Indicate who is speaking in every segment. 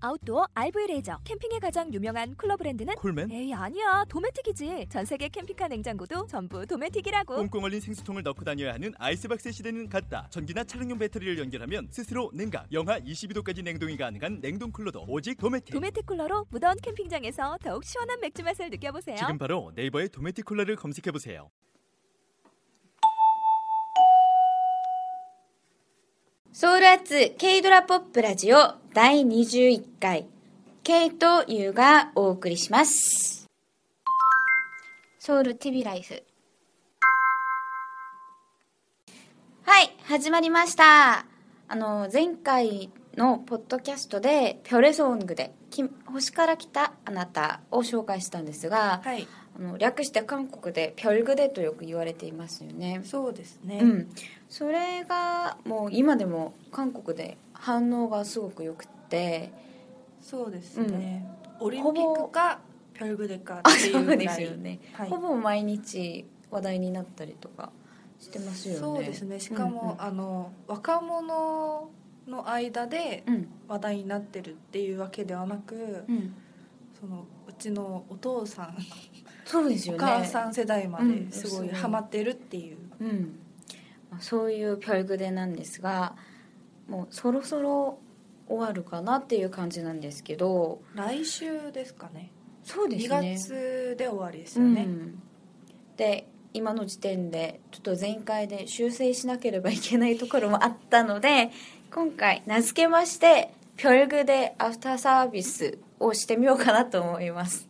Speaker 1: 아웃도어 RV 레저 캠핑에 가장 유명한 쿨러 브랜드는
Speaker 2: 콜맨?
Speaker 1: 에이 아니야 도메틱이지 전 세계 캠핑카 냉장고도 전부 도메틱이라고
Speaker 2: 꽁꽁 얼린 생수통을 넣고 다녀야 하는 아이스박스 시대는 갔다. 전기나 차량용 배터리를 연결하면 스스로 냉각, 영하 22도까지 냉동이 가능한 냉동 쿨러도 오직 도메틱.
Speaker 1: 도메틱 쿨러로 무더운 캠핑장에서 더욱 시원한 맥주 맛을 느껴보세요
Speaker 2: 지금 바로 네이버에 도메틱 쿨러를 검색해 보세요.
Speaker 3: ソウルアーツ K ドラポップラジオ第21回 K と U がお送りしますソウル TV ライフはい始まりましたあの前回のポッドキャストで「ピョレソングで」き「星から来たあなた」を紹介したんですが、
Speaker 4: はい、
Speaker 3: あの略して韓国で「ピョルグデ」とよく言われていますよね
Speaker 4: そうですね。
Speaker 3: うん、それがもう今でも韓国で反応がすごく良くて
Speaker 4: そうですね。オリンピックかピョルグデかっていうぐらい。
Speaker 3: ね、
Speaker 4: はい
Speaker 3: ほぼ毎日話題になったりとかしてますよね
Speaker 4: そうですね。しかも、
Speaker 3: うんうん
Speaker 4: あの若者の間で
Speaker 3: うん
Speaker 4: 話題になってるっていうわけではなく、
Speaker 3: うん
Speaker 4: そのうちのお父さん、
Speaker 3: そうですよ
Speaker 4: お
Speaker 3: ね
Speaker 4: 母さん世代ま
Speaker 3: うん
Speaker 4: ですごいハマってるっていう。
Speaker 3: うんまあそういうピョルグデなんですがもうそろそろ終わるかなっていう感じなんですけど
Speaker 4: 来週ですかね。
Speaker 3: そうで
Speaker 4: 2
Speaker 3: すね
Speaker 4: 月で終わりですよね
Speaker 3: う。んで今の時点でちょっと前回で修正しなければいけないところもあったので今回名付けまして「ピョルグでアフターサービス」をしてみようかなと思い ます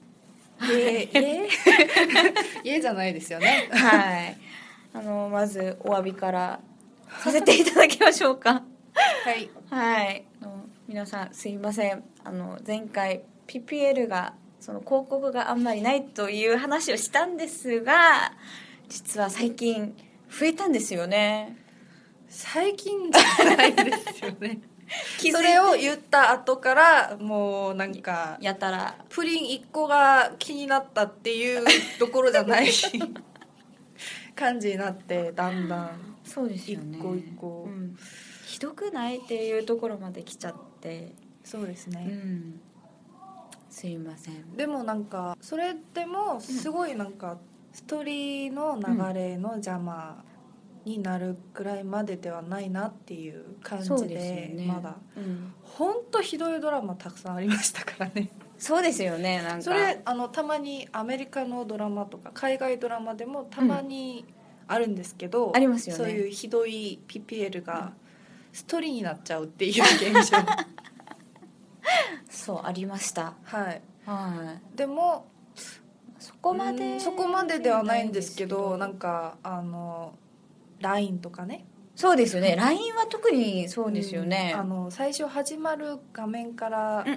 Speaker 4: ええ ええええじゃないですよね。
Speaker 3: はいあのまずお詫びからさせていただきましょうか
Speaker 4: はい。
Speaker 3: はい、あの皆さんすいませんあの前回 PPL がその広告があんまりないという話をしたんですが実は最近増えたんですよね
Speaker 4: 最近じゃないですよね。
Speaker 3: 気づいて
Speaker 4: それを言った後からもうなんか
Speaker 3: やたら
Speaker 4: プリン1個が気になったっていうところじゃない 感じになってだんだん
Speaker 3: そうですよね
Speaker 4: 一個一個
Speaker 3: うんひどくないっていうところまで来ちゃって
Speaker 4: そうです
Speaker 3: う、んすいません
Speaker 4: でもなんかそれでもすごいなんかストーリーの流れの邪魔になるくらいまでではないなっていう感じ
Speaker 3: そう
Speaker 4: で
Speaker 3: ですよね
Speaker 4: まだ
Speaker 3: うん
Speaker 4: 本当ひどいドラマたくさんありましたからね
Speaker 3: そうですよねなんか
Speaker 4: それあのたまにアメリカのドラマとか海外ドラマでもたまにあるんですけど、
Speaker 3: ありますよね
Speaker 4: そういうひどい PPL がストーリーになっちゃう っていう現象
Speaker 3: そうありました
Speaker 4: はい
Speaker 3: はい
Speaker 4: でも
Speaker 3: そこまで、
Speaker 4: うんそこまでではないんですけどなんかあの LINE とかね
Speaker 3: そうですよね LINE は特にそうですよね、
Speaker 4: うんあの最初始まる画面から
Speaker 3: うんうん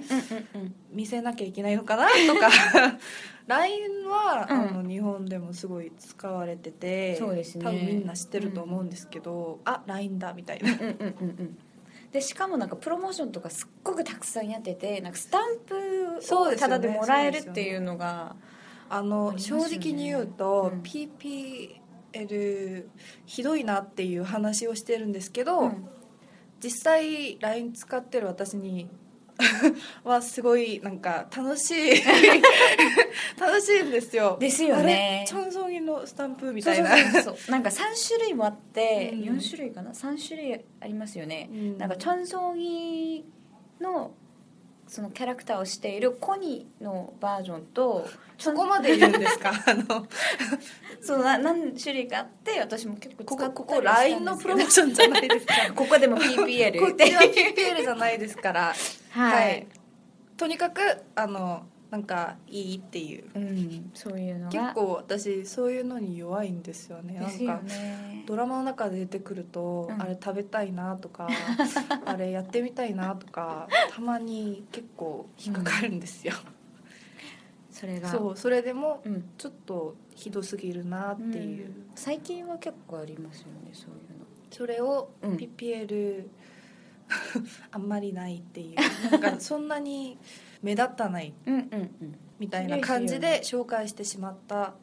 Speaker 3: うんうん
Speaker 4: 見せなきゃいけないのかなと か LINE は、
Speaker 3: うん
Speaker 4: あの日本でもすごい使われてて
Speaker 3: そうですね
Speaker 4: 多分みんな知ってると思うんですけど、あ LINE だみたいな
Speaker 3: うんうんうんうんでしかもなんかプロモーションとかすっごくたくさんやっててなんかスタンプ
Speaker 4: そう
Speaker 3: を
Speaker 4: ですよ
Speaker 3: た
Speaker 4: ね
Speaker 3: だでもらえるっていうのが
Speaker 4: あ
Speaker 3: あ
Speaker 4: の
Speaker 3: ります
Speaker 4: 正
Speaker 3: よね
Speaker 4: 直に言うと、
Speaker 3: うん
Speaker 4: PPL ひどいなっていう話をしてるんですけど、
Speaker 3: うん
Speaker 4: 実際 LINE 使ってる私に はすごいなんか楽しい 楽しいんですよ。
Speaker 3: ですよ
Speaker 4: あ
Speaker 3: ね
Speaker 4: れチャンソンギのスタンプみ
Speaker 3: そう
Speaker 4: たい
Speaker 3: そう
Speaker 4: な。
Speaker 3: そうそうなんか3種 類もあって、
Speaker 4: うん
Speaker 3: 4種類かな3種類ありますよね、
Speaker 4: うん
Speaker 3: なんかチョンソギのそのキャラクターをしているコニのバージョンと
Speaker 4: そこまで言うんですかあの
Speaker 3: そうな何種類かあって私も結構
Speaker 4: こ
Speaker 3: 使
Speaker 4: こ
Speaker 3: って
Speaker 4: ここ LINE のプロモーションじゃないですか
Speaker 3: ここでも PPL
Speaker 4: こっちは PPL じゃないですから
Speaker 3: はい、
Speaker 4: とにかくあのなんかいいっていう
Speaker 3: うん、そういうのが
Speaker 4: 結構私そういうのに弱いんですよね
Speaker 3: です
Speaker 4: な
Speaker 3: よ
Speaker 4: んか
Speaker 3: ね
Speaker 4: ドラマの中で出てくると、
Speaker 3: うん
Speaker 4: あれ食べたいなとかあれやってみたいなとかたまに結構引っかかるんですよ、
Speaker 3: それが
Speaker 4: そうそれでも
Speaker 3: うん、
Speaker 4: ちょっとひどすぎるなっていう、
Speaker 3: うん最近は結構ありますよねそうい
Speaker 4: それを
Speaker 3: うの、うん、
Speaker 4: PPL あんまりないっていうなんかそんなに目立たない
Speaker 3: うんうんうん
Speaker 4: みたいな感じで紹介してし まった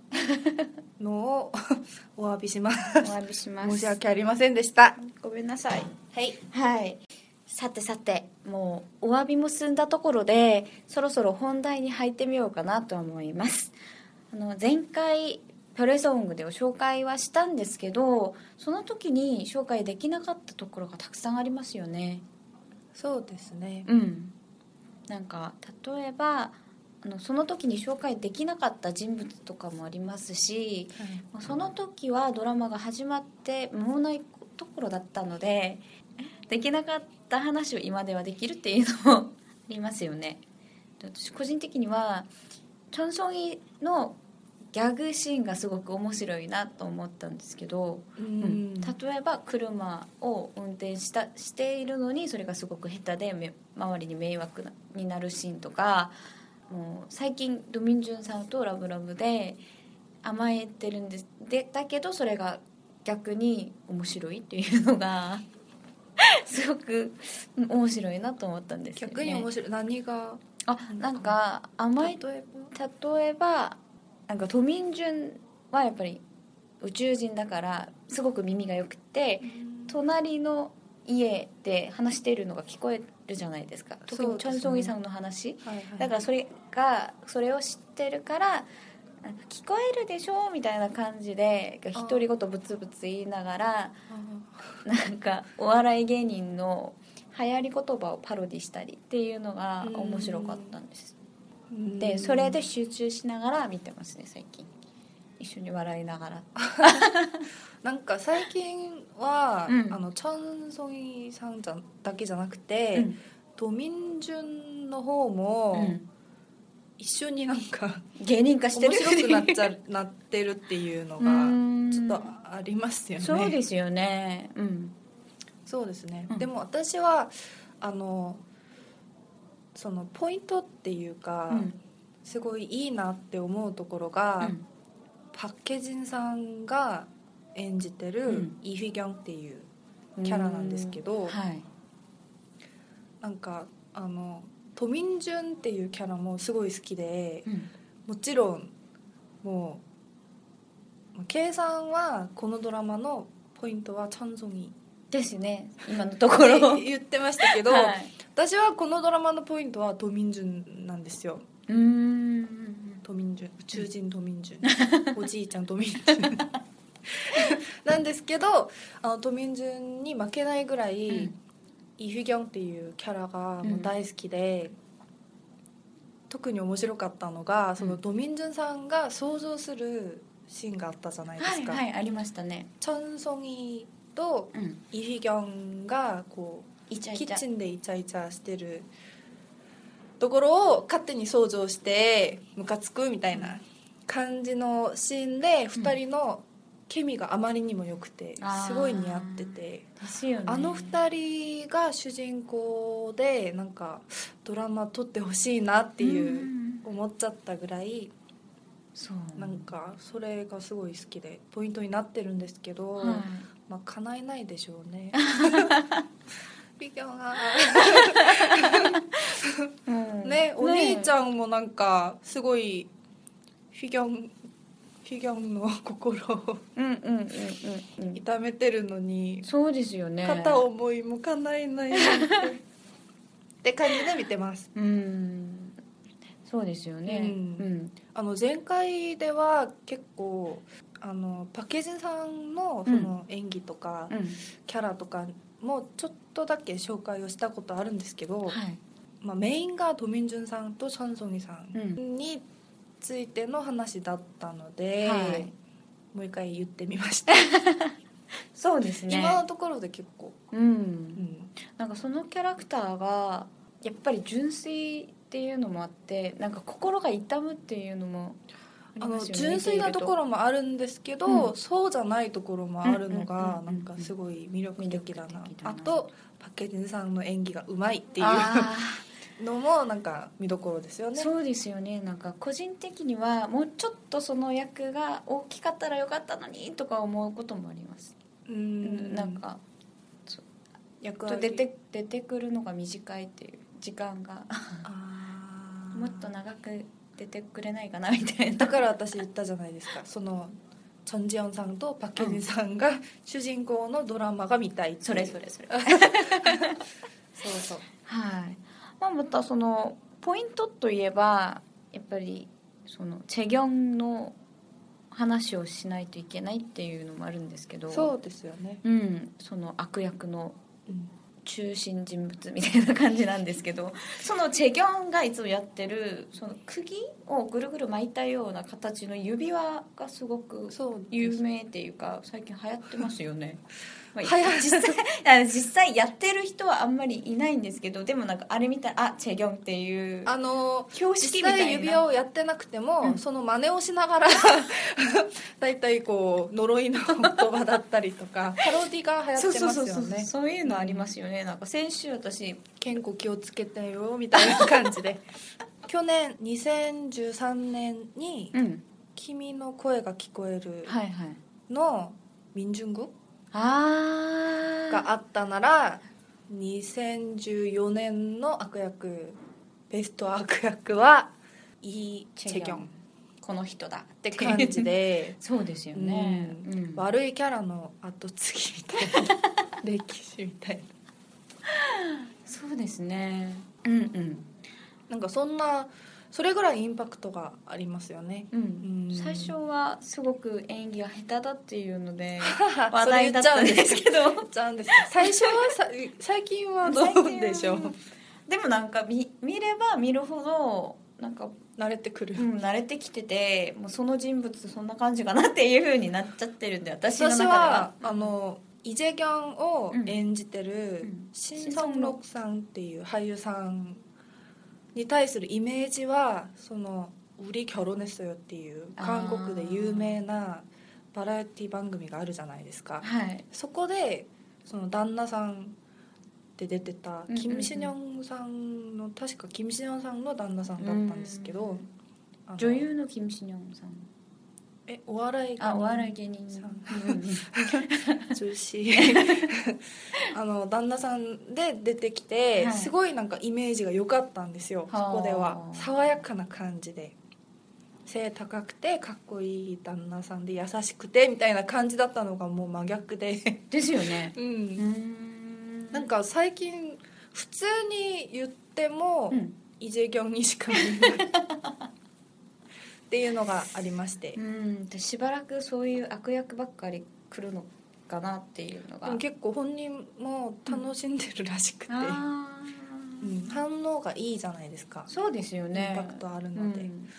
Speaker 4: のを お詫びします
Speaker 3: お詫びします
Speaker 4: 申し訳ありませんでした
Speaker 3: ごめんなさい
Speaker 4: はい
Speaker 3: はいさてさてもうお詫びも済んだところでそろそろ本題に入ってみようかなと思いますあの前回プレソングで紹介はしたんですけどその時に紹介できなかったところがたくさんありますよね
Speaker 4: そうですね
Speaker 3: うん、なんか例えばあのその時に紹介できなかった人物とかもありますしまあその時はドラマが始まって間もないところだったのでできなかった話を今ではできるっていうのもありますよね。で私個人的にはチョン・ソンイのギャグシーンがすごく面白いなと思ったんですけど。
Speaker 4: うん
Speaker 3: 例えば車を運転したしているのにそれがすごく下手でめ周りに迷惑なになるシーンとかもう最近ドミンジュンさんとラブラブで甘えてるんですでだけどそれが逆に面白いっていうのが すごくうん面白いなと思ったんですよね。
Speaker 4: 逆に面白い何が
Speaker 3: あなんか甘え
Speaker 4: 例え
Speaker 3: 例えばなんかトミンジュンはやっぱり宇宙人だからすごく耳が良くて
Speaker 4: ば
Speaker 3: 隣の家で話しているのが聞こえるじゃないですか特
Speaker 4: そ
Speaker 3: に
Speaker 4: う
Speaker 3: チ
Speaker 4: です
Speaker 3: ャ
Speaker 4: ね
Speaker 3: ン・ソンギさんの話
Speaker 4: はいはい
Speaker 3: だからそれがそれを知ってるからなんか聞こえるでしょみたいな感じで
Speaker 4: あ
Speaker 3: 独り言ブツブツ言いなが ら
Speaker 4: あ
Speaker 3: なんかお笑い芸人の流行り言葉をパロディしたりっていうのが面白かったんです
Speaker 4: ーう
Speaker 3: で
Speaker 4: ん
Speaker 3: それで集中しながら見てますね最近一緒に笑いながら
Speaker 4: なんか最近は、
Speaker 3: うん
Speaker 4: あのチャンソンイさんじゃだけじゃなくて、
Speaker 3: うん
Speaker 4: ドミンジュンの方も、一緒になんか
Speaker 3: 芸人化して
Speaker 4: 面
Speaker 3: る
Speaker 4: 白くなっちゃ なってるっていうの
Speaker 3: う
Speaker 4: が
Speaker 3: ん
Speaker 4: ちょっとありますよね。
Speaker 3: そうですよねうん
Speaker 4: そうですね、
Speaker 3: うん
Speaker 4: でも私はあのそのポイントっていうか、
Speaker 3: うん
Speaker 4: すごいいいなって思うところが、
Speaker 3: うん
Speaker 4: パッケジンさんが演じてる、
Speaker 3: うん
Speaker 4: イ・フィギョンっていうキャラなんですけど、
Speaker 3: うんはい
Speaker 4: なんかあのトミンジュンっていうキャラもすごい好きで
Speaker 3: うん
Speaker 4: もちろんもう計算はこのドラマのポイントはチャンソンイ
Speaker 3: ですね今のとこ ろ
Speaker 4: って言ってましたけど、
Speaker 3: はい
Speaker 4: 私はこのドラマのポイントはトミンジュンなんですよ
Speaker 3: うーん
Speaker 4: トミン ジュン宇宙人トミンジュンおじいちゃんトミンジュンなんですけどあのトミンジュンに負けないぐらい、
Speaker 3: うん
Speaker 4: イ・フギョンっていうキャラがもう大好きで、特に面白かったのがそのドミンジュンさんが想像するシーンがあったじゃないで
Speaker 3: は
Speaker 4: す
Speaker 3: い
Speaker 4: か、
Speaker 3: はいありましたね
Speaker 4: チョンソンイと
Speaker 3: うん
Speaker 4: イ・フギョンがこ
Speaker 3: イチ
Speaker 4: う
Speaker 3: ャイ
Speaker 4: キ
Speaker 3: チ
Speaker 4: ッチ
Speaker 3: ャ
Speaker 4: ンでイチャイチャしてるところを勝手に想像してムカつくみたいな感じのシーンで2人のケミがあまりにも良くて
Speaker 3: あー
Speaker 4: すごい似合ってて。
Speaker 3: ですよね
Speaker 4: あの二人が主人公でなんかドラマ撮ってほしいなっていう
Speaker 3: うん
Speaker 4: 思っちゃったぐらい
Speaker 3: そう
Speaker 4: なんかそれがすごい好きでポイントになってるんですけど、
Speaker 3: はい
Speaker 4: まあ叶えないでしょう ね。 ピキョンが
Speaker 3: うん
Speaker 4: ねお兄ち
Speaker 3: ん
Speaker 4: ゃんもなんかすごいフィギョンフィギョンの 心を
Speaker 3: うんうんうんうんうん
Speaker 4: 痛めてるのに
Speaker 3: そうですよね
Speaker 4: 片思いも叶えないなんて って感じで見てます。
Speaker 3: うんそうですよね
Speaker 4: うん
Speaker 3: うん
Speaker 4: あの前回では結構あのパッケージさんのその演技とか
Speaker 3: うん
Speaker 4: キャラとかもちょっとだけ紹介をしたことあるんですけど、
Speaker 3: はい
Speaker 4: まあ、メインがドミンジュンさんとチャンソンイさ
Speaker 3: うん
Speaker 4: についての話だったので、
Speaker 3: はい
Speaker 4: もう一回言ってみました、
Speaker 3: そうですね
Speaker 4: 今のところで結構、
Speaker 3: う
Speaker 4: うんん、
Speaker 3: なんかそのキャラクターがやっぱり純粋っていうのもあってなんか心が痛むっていうのもあ
Speaker 4: あ
Speaker 3: りま
Speaker 4: の
Speaker 3: すよね
Speaker 4: 純粋なとこ
Speaker 3: ろ
Speaker 4: ろもあるんですけど、
Speaker 3: うん
Speaker 4: そうじゃないところもあるのが
Speaker 3: うんうんうんう
Speaker 4: なんんかすごい魅力的だな
Speaker 3: 魅力的だな
Speaker 4: あとパッケージさんの演技がうまいっていう
Speaker 3: あ
Speaker 4: のもなんか見どころですよね
Speaker 3: そうですよねなんか個人的にはもうちょっとその役が大きかったらよかったのにとか思うこともあります、
Speaker 4: う
Speaker 3: なんか
Speaker 4: 役
Speaker 3: と
Speaker 4: 割
Speaker 3: 出て出てくるのが短いっていう時間が
Speaker 4: あー
Speaker 3: もっと長く出てくれないかなみたいな
Speaker 4: だから私言ったじゃないですかそのチョン・ジヨンさんとパク・ケニさんが主人公のドラマが見たいっていう
Speaker 3: それそれそれ
Speaker 4: そうそう
Speaker 3: はい、まあ、またそのポイントといえばやっぱりそのチェギョンの話をしないといけないっていうのもあるんですけど
Speaker 4: そうですよね、
Speaker 3: う、ん、その悪役の
Speaker 4: うん
Speaker 3: 中心人物みたいな感じなんですけどそのチェギョンがいつもやってるその釘をぐるぐる巻いたような形の指輪がすごく
Speaker 4: そうです
Speaker 3: 有名っていうか最近流行ってますよ ね、ま
Speaker 4: 流行
Speaker 3: あ、実 際あの実際やってる人はあんまりいないんですけどでもなんかあれ見たらあチェギョンっていう
Speaker 4: あの
Speaker 3: 標識み
Speaker 4: 実
Speaker 3: たいな
Speaker 4: 際指輪をやってなくても、
Speaker 3: うん
Speaker 4: その真似をしながら 大体こう呪いの言葉だったりと かパロディが流行
Speaker 3: そう
Speaker 4: って
Speaker 3: そう
Speaker 4: ます
Speaker 3: そ
Speaker 4: よ
Speaker 3: うそう
Speaker 4: ね
Speaker 3: そういうのありますよねなんか先週私
Speaker 4: 健康気をつけてよみたいな感じ で去年2013年に
Speaker 3: うん
Speaker 4: 「君の声が聞こえる
Speaker 3: はいはい」
Speaker 4: の民順語
Speaker 3: あ
Speaker 4: があったなら2014年の悪役ベスト悪役はイー・チェギョンっ
Speaker 3: この人だって
Speaker 4: て感じで
Speaker 3: そうですよね、
Speaker 4: う
Speaker 3: うん
Speaker 4: 悪いキャラの後継ぎみた いな歴史みたいな
Speaker 3: そうですねうんうん
Speaker 4: なんかそんなそれぐらいインパクトがあります よね
Speaker 3: うん
Speaker 4: うん
Speaker 3: 最初はすごく演技が下手だっていうので話
Speaker 4: 話
Speaker 3: 題だったん ですけど
Speaker 4: ちゃうんですか最初はさ最近はどうでしょ
Speaker 3: 最
Speaker 4: う
Speaker 3: でもなんか見見れば見るほどなんか、
Speaker 4: 慣れてくる
Speaker 3: うん、慣れてきててもうその人物そんな感じかなっていうふうになっちゃってるんで私の中
Speaker 4: 私
Speaker 3: では
Speaker 4: はあのイ・ジェギョンを演じて
Speaker 3: う
Speaker 4: る
Speaker 3: ん
Speaker 4: シン・ソンロクさんっていう俳優さんに対するイメージはその「우리결혼했어요」っていう韓国で有名なバラエティ番組があるじゃないですか
Speaker 3: はい
Speaker 4: そこでその旦那さんで出てた
Speaker 3: うんうん
Speaker 4: キム・シニョンさんの確かキム・シニョンさんの旦那さんだったんですけ
Speaker 3: う
Speaker 4: ど
Speaker 3: ん
Speaker 4: あの
Speaker 3: 女優のキム・シニョンさん
Speaker 4: えお笑いが
Speaker 3: あお笑い芸人
Speaker 4: さん
Speaker 3: うん
Speaker 4: 女子 あの旦那さんで出てきて、
Speaker 3: はい
Speaker 4: すごいなんかイメージが良かったんですよそ
Speaker 3: はあ
Speaker 4: こでは爽やかな感じで背高くてかっこいい旦那さんで優しくてみたいな感じだったのがもう真逆で
Speaker 3: ですよね
Speaker 4: う
Speaker 3: うんん
Speaker 4: なんか最近普通に言っても、
Speaker 3: うん
Speaker 4: イジェギョンにしか見えないっていうのがありまして
Speaker 3: う、んでしばらくそういう悪役ばっかり来るのかなっていうのが
Speaker 4: でも結構本人も楽しんでるらしくて、
Speaker 3: あー
Speaker 4: うん反応がいいじゃないですか
Speaker 3: そうですよね
Speaker 4: インパクトある
Speaker 3: う
Speaker 4: ので、
Speaker 3: ん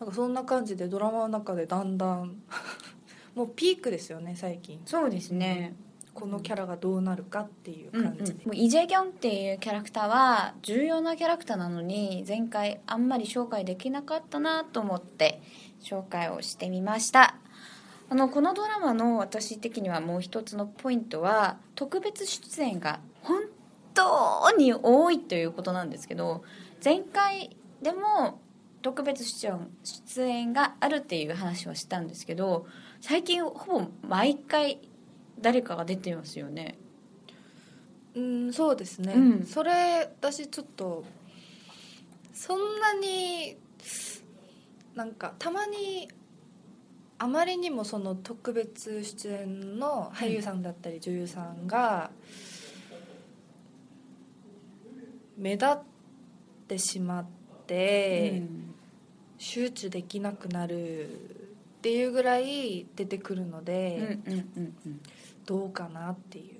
Speaker 4: なんかそんな感じでドラマの中でだんだん もうピークですよね最近
Speaker 3: そうですね、
Speaker 4: このキャラがどうなるかっていう
Speaker 3: うんうん
Speaker 4: 感じで、
Speaker 3: もうイ・ジェギョンっていうキャラクターは重要なキャラクターなのに前回あんまり紹介できなかったなと思って紹介をしてみましたあのこのドラマの私的にはもう一つのポイントは特別出演が本当に多いということなんですけど前回でも特別出演出演があるっていう話はしたんですけど最近ほぼ毎回誰かが出てますよね
Speaker 4: うんそうですね、
Speaker 3: うん
Speaker 4: それ私ちょっとそんなになんかたまにあまりにもその特別出演の俳優さんだったり女優さんが目立ってしまって、
Speaker 3: うん
Speaker 4: 集中できなくなるっていうぐらい出てくるので、
Speaker 3: うんうんうんうん、
Speaker 4: どうかなっていう。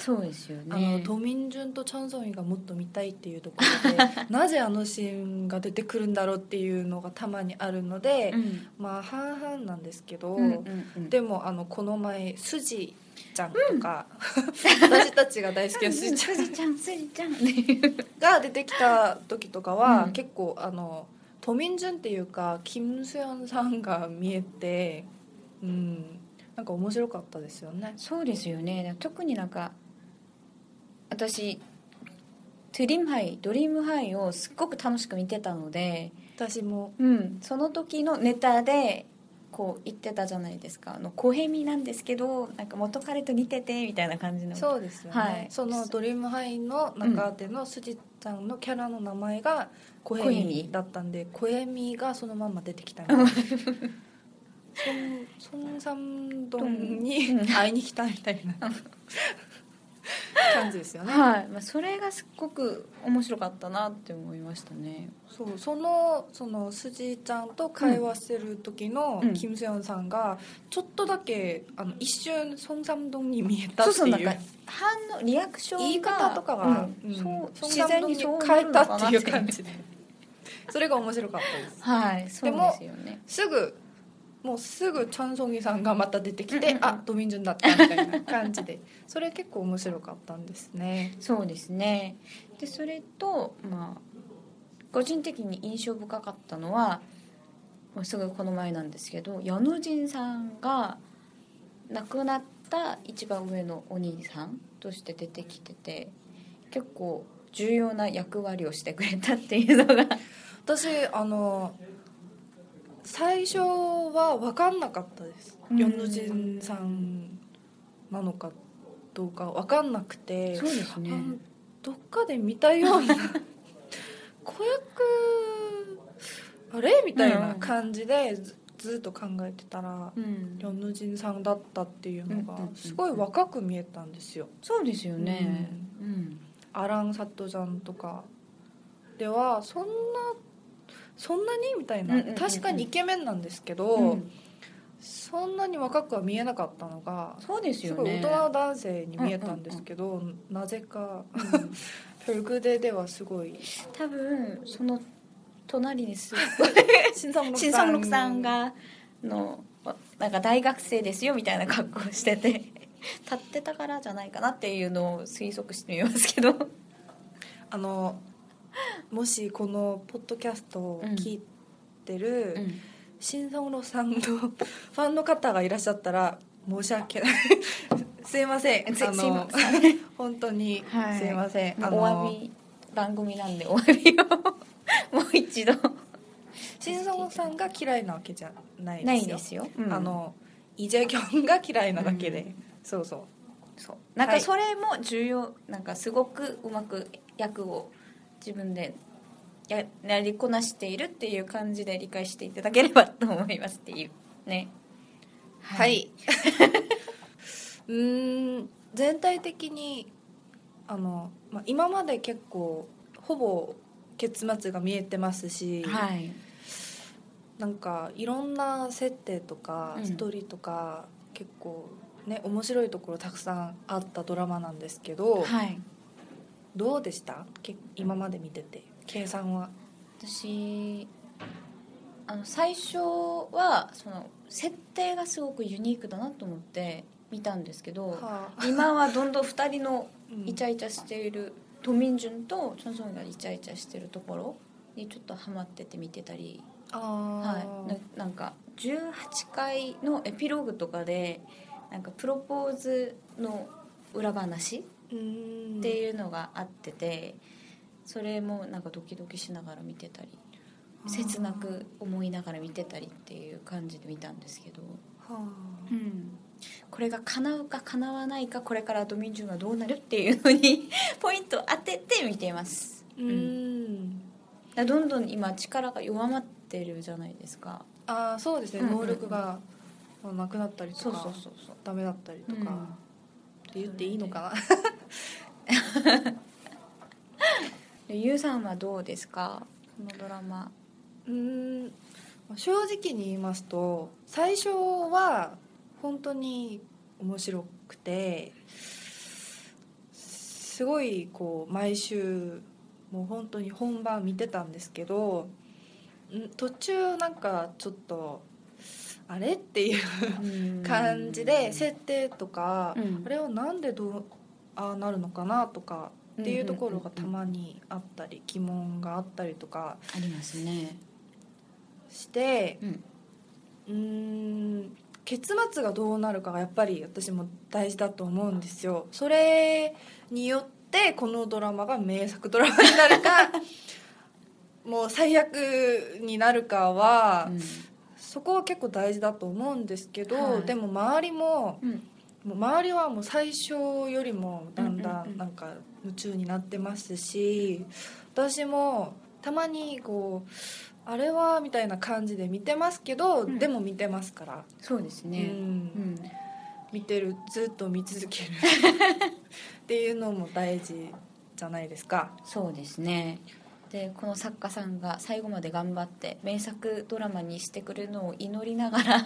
Speaker 3: そうですよ
Speaker 4: あ
Speaker 3: ね
Speaker 4: のドミンジュンとチャンソンイがもっと見たいっていうところ でなぜあのシーンが出てくるんだろうっていうのがたまにあるので、
Speaker 3: うん
Speaker 4: まあ半々なんですけど、
Speaker 3: うんうんうん
Speaker 4: でもあのこの前スジちゃんとか、 私たちが大好きなスジちゃん
Speaker 3: すじちゃんすじちゃんっていう
Speaker 4: が出てきた時とかは、
Speaker 3: うん
Speaker 4: 結構あのトミンジュンっていうかキム・スヨンさんが見えて、うん、なんか面白かったですよね。
Speaker 3: そうですよね特になんか私ドリームハイドリームハイをすっごく楽しく見てたので、
Speaker 4: 私も
Speaker 3: うん、その時のネタでこう言ってたじゃないですかあの小ヘミなんですけどなんか元彼と似ててみたいな感じの
Speaker 4: そうですよね、
Speaker 3: はい
Speaker 4: その「ドリームハイ」の中でのスジちゃんのキャラの名前が小
Speaker 3: 小
Speaker 4: エ
Speaker 3: 恵
Speaker 4: ミ
Speaker 3: 美
Speaker 4: だったんで小エミがそのまんま出てきたみたいな孫孫三丼に
Speaker 3: うん
Speaker 4: 会いに来たみたいな感じですよね
Speaker 3: はいまあ、それがすっごく面白かったなって思いましたね
Speaker 4: そうそのそのスジちゃんと会話してる時の
Speaker 3: うん
Speaker 4: キム・セヨンさんがちょっとだけあの一瞬孫三丼に見えたっ
Speaker 3: そうそう
Speaker 4: て
Speaker 3: なん
Speaker 4: い
Speaker 3: か
Speaker 4: う
Speaker 3: 反応リアクションが
Speaker 4: 言い方とかが、
Speaker 3: うん
Speaker 4: うん
Speaker 3: そう
Speaker 4: そん
Speaker 3: 自
Speaker 4: な
Speaker 3: 然
Speaker 4: もの
Speaker 3: に
Speaker 4: に
Speaker 3: そう
Speaker 4: 変えたっていう感
Speaker 3: じ
Speaker 4: じで それが面白かったです
Speaker 3: はいそうですよね
Speaker 4: すぐもうすぐチャンソンギさんがまた出てき
Speaker 3: う
Speaker 4: て、
Speaker 3: んうんうん
Speaker 4: あドミンジュンだったみたいな感じでそれ結構面白かったんですね
Speaker 3: そうですねでそれとまあ個人的に印象深かったのはもうすぐこの前なんですけど矢野仁さんが亡くなった一番上のお兄さんとして出てきてて結構重要な役割をしてくれたっていうのが
Speaker 4: 私あの最初は分かんなかったです
Speaker 3: うん
Speaker 4: ヨンドジンさんなのかどうか分かんなくて
Speaker 3: そうですね
Speaker 4: うんどっかで見たよう な子役あれみたいな感じでず,、ずっと考えてたら
Speaker 3: うん
Speaker 4: ヨンヌジンさんだったっていうの
Speaker 3: うんうんう
Speaker 4: が
Speaker 3: ん
Speaker 4: すごい若く見えたんですよ。
Speaker 3: そうですよねうん
Speaker 4: アラン・サットジャンとかではそんなそんなにみたい
Speaker 3: うん
Speaker 4: な
Speaker 3: うんうんうん
Speaker 4: 確かにイケメンなんですけど、
Speaker 3: うん
Speaker 4: そんなに若くは見えなかったのが
Speaker 3: そうです
Speaker 4: す
Speaker 3: よ
Speaker 4: ごい
Speaker 3: ね
Speaker 4: 大人男性に見えたんですけど、なぜか
Speaker 3: うん
Speaker 4: ルグデではすごい
Speaker 3: 多分その隣にす
Speaker 4: 新三 六
Speaker 3: 新三六さんがのなんか大学生ですよみたいな格好をして て立ってたからじゃないかなっていうのを推測してみますけど
Speaker 4: あのもしこのポッドキャストを聞いてる、新三郎さんの ファンの方がいらっしゃったら申し訳ない すいません
Speaker 3: す
Speaker 4: あ
Speaker 3: すいま
Speaker 4: の
Speaker 3: せん
Speaker 4: 本当に
Speaker 3: はい
Speaker 4: すいません、あ
Speaker 3: お
Speaker 4: の
Speaker 3: 詫び番組なんでお詫びを もう一度
Speaker 4: 新三郎さんが嫌いなわけじゃないですよ
Speaker 3: ないですよ、うん
Speaker 4: あのイ・ジェギョンが嫌いなだけで、
Speaker 3: う
Speaker 4: そうそ
Speaker 3: そうなん
Speaker 4: は
Speaker 3: か
Speaker 4: い
Speaker 3: それも重要、なんかすごくうまく役を自分でややりこなしているっていう感じで理解していただければと思いますっていうね
Speaker 4: うはい、 うーん全体的にあの、まあ、今まで結構ほぼ結末が見えてますし、
Speaker 3: はい
Speaker 4: なんかいろんな設定とか
Speaker 3: うん
Speaker 4: ストーリーとか、結構ね面白いところたくさんあったドラマなんですけど、
Speaker 3: はい
Speaker 4: どうでしたけ今まで見てて計算は
Speaker 3: 私あの最初はその設定がすごくユニークだなと思って見たんですけど、
Speaker 4: はあ
Speaker 3: 今はどんどん2人のイチ
Speaker 4: ゃ
Speaker 3: ャイチャしているトミンジュンとチョンソンがイチャイチャしてるところにちょっとハマってて見てたり、
Speaker 4: あ
Speaker 3: はい、ななんか18回のエピローグとかでなんかプロポーズの裏話
Speaker 4: い、うーん
Speaker 3: っていうのがあってて、それもなんかドキドキしながら見てたり
Speaker 4: あー
Speaker 3: 切なく思いながら見てたりっていう感じで見たんですけど、
Speaker 4: はあ
Speaker 3: これが叶うか叶わないかこれからドミンジュンがどうなるっていうのに ポイントを当てて見ています
Speaker 4: うーん
Speaker 3: だからどんどん今力が弱まってるじゃないですか
Speaker 4: ああそうですね
Speaker 3: うんうんうん
Speaker 4: 能力がまあなくなったりとか
Speaker 3: そうそうそうそう
Speaker 4: ダメだったりとか、
Speaker 3: うん
Speaker 4: って言っていいのかな
Speaker 3: でゆうさんはどうですかこのドラマ
Speaker 4: うーん正直に言いますと最初は本当に面白くてすごいこう毎週もう本当に本番見てたんですけどん途中なんかちょっとあれっていう感じで設定とか、
Speaker 3: うん
Speaker 4: あれをなんでどうああなるのかなとかっていうところがたまにあったり疑問があったりとか
Speaker 3: ありますね
Speaker 4: して
Speaker 3: うん
Speaker 4: うーん結末がどうなるかがやっぱり私も大事だと思うんですよそれによっってこのドラマが名作ドラマにな るかもう最悪になるかは、そこは結構大事だと思うんですけど、
Speaker 3: はい
Speaker 4: でも周りも
Speaker 3: うん
Speaker 4: もう周りはもう最初よりもだんだ
Speaker 3: うんうんうん
Speaker 4: んなんか夢中になってますし私もたまにこうあれはみたいな感じで見てますけど、
Speaker 3: ん
Speaker 4: でも見てますから、
Speaker 3: そうです
Speaker 4: う、
Speaker 3: ね、うんん
Speaker 4: 見てるずっと見続 けるっていうのも大事じゃないですか。
Speaker 3: そうですねでこの作家さんが最後まで頑張って名作ドラマにしてくれるのを祈りなが ら、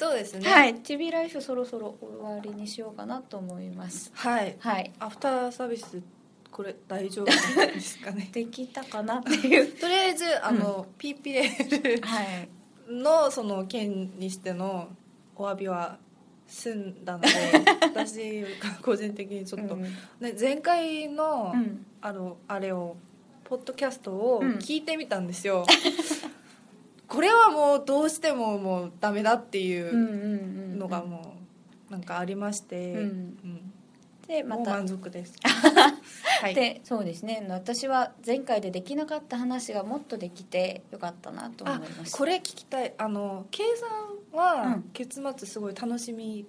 Speaker 4: そうですね
Speaker 3: はい、TV ライフそろそろ終わりにしようかなと思います
Speaker 4: はい
Speaker 3: はい
Speaker 4: アフターサービスこれ大丈夫なんです かね
Speaker 3: できたかなっていう
Speaker 4: とりあえずあの、PPL
Speaker 3: はい
Speaker 4: のその件にしてのお詫びは済ん だので私が個人的にちょっと、
Speaker 3: うん
Speaker 4: ね、前回の,、
Speaker 3: うん
Speaker 4: あのあれをポッドキャストを
Speaker 3: うん
Speaker 4: 聞いてみたんですよ、 これはもうどうしてももうダメだってい
Speaker 3: うん
Speaker 4: う
Speaker 3: うんうん
Speaker 4: のがもうなんかありまして、
Speaker 3: うん
Speaker 4: うん
Speaker 3: でま
Speaker 4: もう
Speaker 3: た
Speaker 4: 満 足ですはい
Speaker 3: でそうですね私は前回でできなかった話がもっとできてよかったなと思います
Speaker 4: これ聞きたいあの K さんは
Speaker 3: うん
Speaker 4: 結末すごい楽しみ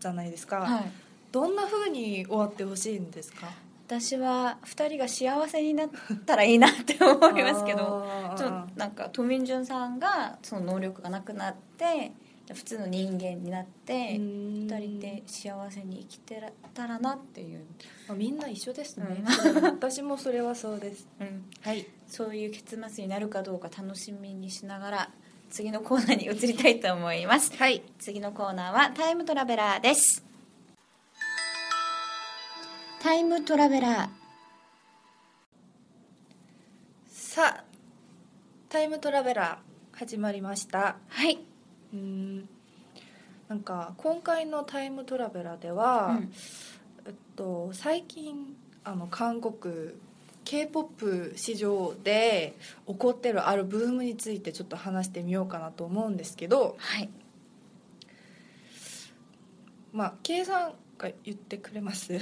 Speaker 4: じゃないですか、
Speaker 3: はい、
Speaker 4: どんな風に終わってほしいんですか
Speaker 3: 私は2人が幸せになったらいいなって思いますけど
Speaker 4: あー
Speaker 3: ちょっとなんかトミンジュンさんがその能力がなくなって普通の人間になって
Speaker 4: うん
Speaker 3: 2人で幸せに生きてたらなっていう、
Speaker 4: まあみんな一緒ですね、私もそれはそうです
Speaker 3: うん
Speaker 4: はい
Speaker 3: そういう結末になるかどうか楽しみにしながら次のコーナーに移りたいと思います
Speaker 4: はい
Speaker 3: 次のコーナーはタイムトラベラーですタイムトラベラー
Speaker 4: さあタイムトラベラー始まりました
Speaker 3: はい、
Speaker 4: うーんなんか今回のタイムトラベラーでは、
Speaker 3: うん
Speaker 4: えっと、最近あの韓国 k p o p 市場で起こってるあるブームについてちょっと話してみようかなと思うんですけど、
Speaker 3: はい
Speaker 4: まあ、K さんが言ってくれます、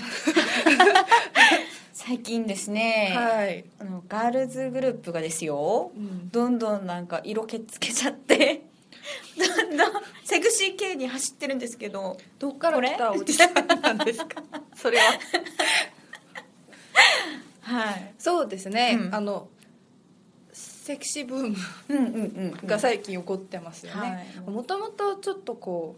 Speaker 3: 最近ですね、
Speaker 4: はい、
Speaker 3: あのガールズグループがですよ
Speaker 4: うん、
Speaker 3: どんどんなんか色気つけちゃって どんどんセクシー系に走ってるんですけど
Speaker 4: どっから
Speaker 3: これ
Speaker 4: 来たおじさんなんですかそれは
Speaker 3: はい、
Speaker 4: そうですね、
Speaker 3: うん
Speaker 4: あのセクシーブーム
Speaker 3: うんうんうんうん
Speaker 4: が最近起こってますよね、
Speaker 3: はい
Speaker 4: もともとちょっとこ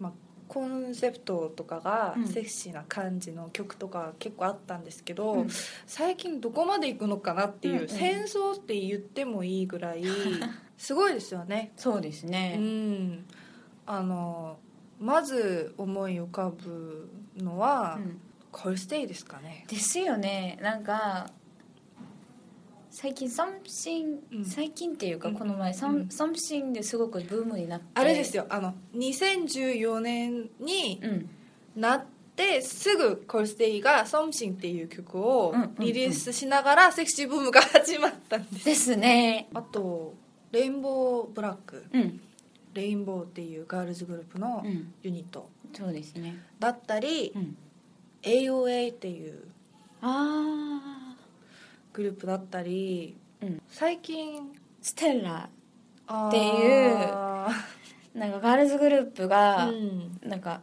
Speaker 4: う、まあ、コンセプトとかが
Speaker 3: うん
Speaker 4: セクシーな感じの曲とか結構あったんですけど、
Speaker 3: うん
Speaker 4: 最近どこまで行くのかなっていう、
Speaker 3: うんうん
Speaker 4: 戦争って言ってもいい ぐらいすごいですよね。
Speaker 3: そうです
Speaker 4: う
Speaker 3: ね、
Speaker 4: ん、あのまず思い浮かぶのは、
Speaker 3: うん
Speaker 4: コルステイですかね。
Speaker 3: ですよねなんか最近サムシン、
Speaker 4: うん
Speaker 3: 最近っていうか
Speaker 4: うん
Speaker 3: この前、サ
Speaker 4: う
Speaker 3: ム
Speaker 4: ん
Speaker 3: サムシンですごくブームになって
Speaker 4: あれですよあの2014年に
Speaker 3: うん
Speaker 4: なってすぐコルステイが「ソムシン」っていう曲を
Speaker 3: うんうんうん
Speaker 4: リリースしながらセクシーブームが始まったんです、
Speaker 3: ですね
Speaker 4: あとレインボーブラック
Speaker 3: うん
Speaker 4: レインボーっていうガールズグループの
Speaker 3: うん
Speaker 4: ユニット
Speaker 3: そうですね
Speaker 4: だったり、
Speaker 3: うん
Speaker 4: AOA っていう
Speaker 3: ああ
Speaker 4: グループだったり、
Speaker 3: うん
Speaker 4: 最近
Speaker 3: ステラ
Speaker 4: あー
Speaker 3: ってなんかガールズグループが、
Speaker 4: うん
Speaker 3: なんか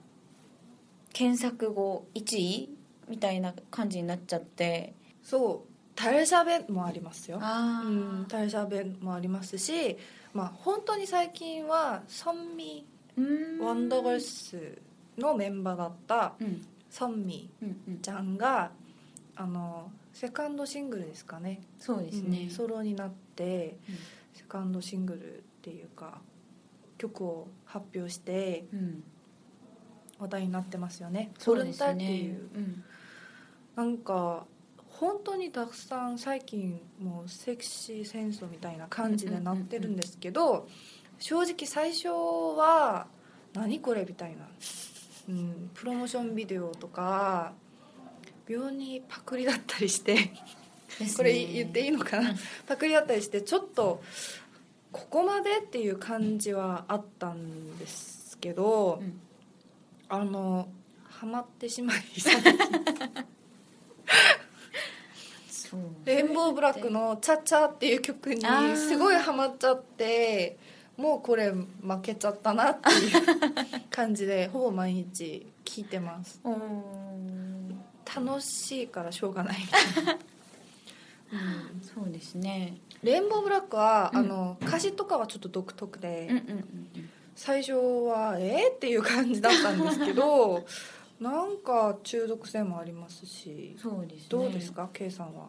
Speaker 3: 検索後1位みたいな感じになっちゃって
Speaker 4: そうタレシャベもありますよ
Speaker 3: あ
Speaker 4: うん、代謝弁もありますし、まあ、本当に最近は三味
Speaker 3: うん
Speaker 4: ワンダーガールスのメンバーだった
Speaker 3: うん
Speaker 4: 三味
Speaker 3: うんうん
Speaker 4: ちゃんがあのセカンドシングルですかね
Speaker 3: そうですね、
Speaker 4: うんソロになって、
Speaker 3: うん
Speaker 4: セカンドシングルっていうか曲を発表して
Speaker 3: うん
Speaker 4: 話題になってますよね。
Speaker 3: そうですね
Speaker 4: ソルタっていう
Speaker 3: うん
Speaker 4: なんか本当にたくさん最近もうセクシー戦争みたいな感じでなってるんですけど、正直最初は「何これ」みたいな、うん、プロモーションビデオとか病にパクリだったりして
Speaker 3: ですね
Speaker 4: これ言っていいのかなパクリだったりしてちょっとここまでっていう感じはあったんですけど、
Speaker 3: うん
Speaker 4: あのハマってしまい最近
Speaker 3: うん
Speaker 4: レインボーブラックの「チャチャ」っていう曲に
Speaker 3: あー
Speaker 4: すごいハマっちゃってもうこれ負けちゃったなっていう感じでほぼ毎日聴いてます
Speaker 3: うん
Speaker 4: 楽しいからしょうがない、うん
Speaker 3: そうですね
Speaker 4: レインボーブラックは、
Speaker 3: うん
Speaker 4: あの歌詞とかはちょっと独特で、
Speaker 3: うんうんうん
Speaker 4: 最初はえーっていう感じだったんですけ どなんか中毒性もありますし
Speaker 3: そうですね
Speaker 4: どうですか、K さんは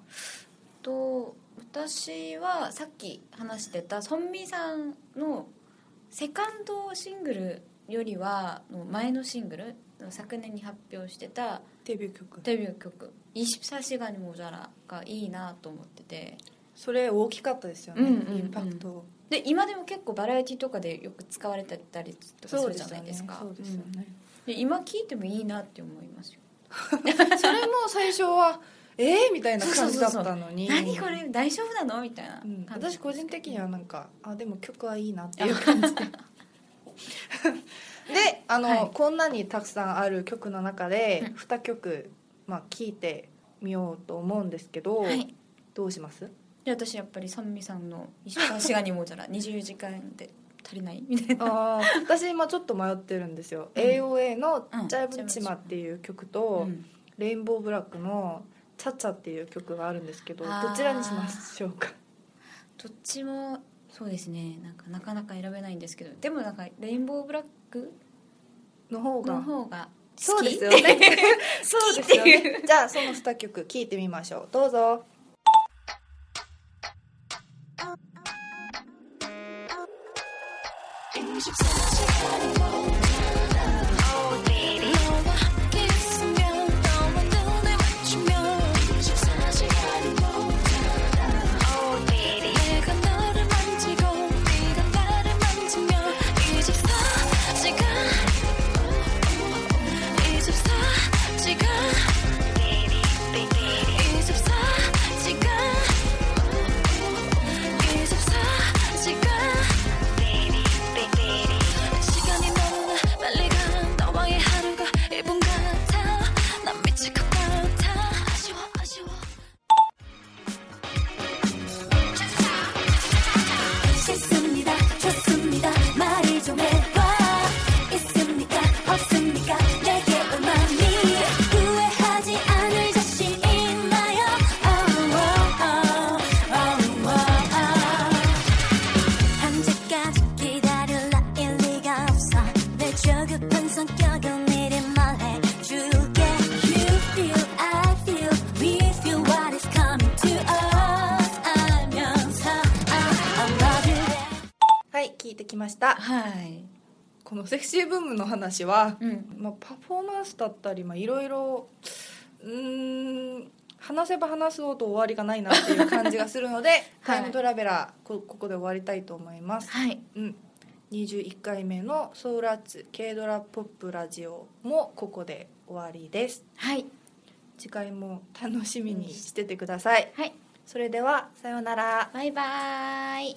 Speaker 3: と私はさっき話してたソンミさんのセカンドシングルよりはの前のシングル昨年に発表してた
Speaker 4: デビュー曲
Speaker 3: デビュー曲「イシサシガニモジャラ」がいいなと思ってて
Speaker 4: それ大きかったですよね、
Speaker 3: うんうんうん
Speaker 4: インパクト
Speaker 3: で今でも結構バラエティとかでよく使われてたりとかするじゃないですか
Speaker 4: そうですよね、
Speaker 3: うんで今聴いてもいいなって思いますよ
Speaker 4: それも最初はえー、みたいな感じだったのに
Speaker 3: 何これ大丈夫なのみたいな
Speaker 4: う
Speaker 3: 感じ、
Speaker 4: ん、私個人的にはなんかあでも曲はいいなっていう感 じでであの、
Speaker 3: はい
Speaker 4: こんなにたくさんある曲の中で
Speaker 3: うん
Speaker 4: 2曲、まあ、聴いてみようと思うんですけど、
Speaker 3: はい
Speaker 4: どうし ます
Speaker 3: で私やっぱり三味さんの「石川滋賀にもうたら20時間で足りない」みたいな
Speaker 4: あー私今ちょっと迷ってるんですよ、
Speaker 3: うん
Speaker 4: AOA の
Speaker 3: うん
Speaker 4: 「ジャイブチマ」っていう曲と、
Speaker 3: うん
Speaker 4: レインボーブラックの「チャチャ」っていう曲があるんですけど
Speaker 3: あー
Speaker 4: どちらにしましょうか
Speaker 3: どっちもそうですねなんかなかなか選べないんですけどでもなんかレインボーブラック
Speaker 4: の方が
Speaker 3: の方が好き
Speaker 4: そうですよ ね
Speaker 3: そうで
Speaker 4: で
Speaker 3: すすよ
Speaker 4: よね
Speaker 3: ね
Speaker 4: じゃあその2曲聴いてみましょうどうぞ
Speaker 5: 시간이 너무나 빨리 간 너와의 하루가 1분 같아 난 미칠 것 같아 아쉬워 아쉬워 싫습니다 좋습니다 말을 좀 해봐 있습니까 없습니까 내게 온 맘이 후회하지 않을 자신 있나요 oh, oh, oh, oh, oh. 언제까지 기다릴 나일 리가 없어 내 조급한 성격은 미리 말해줄게 You feel, I feel, we feel what is coming to us 알면서 I, I love you
Speaker 4: はい聴いてきました
Speaker 3: はい
Speaker 4: このセクシーブームの話は、
Speaker 3: うん
Speaker 4: まあ、パフォーマンスだったりまあいろいろうーん話せば話すほど終わりがないなっていう感じがする ので、タイムトラベラーこここで終わりたいと思います
Speaker 3: はい
Speaker 4: うん、21回目の「ソウルアーツ K ドラポップラジオ」もここで終わりです
Speaker 3: はい
Speaker 4: 次回も楽しみにしててください、
Speaker 3: はい
Speaker 4: それではさようなら
Speaker 3: バイバーイ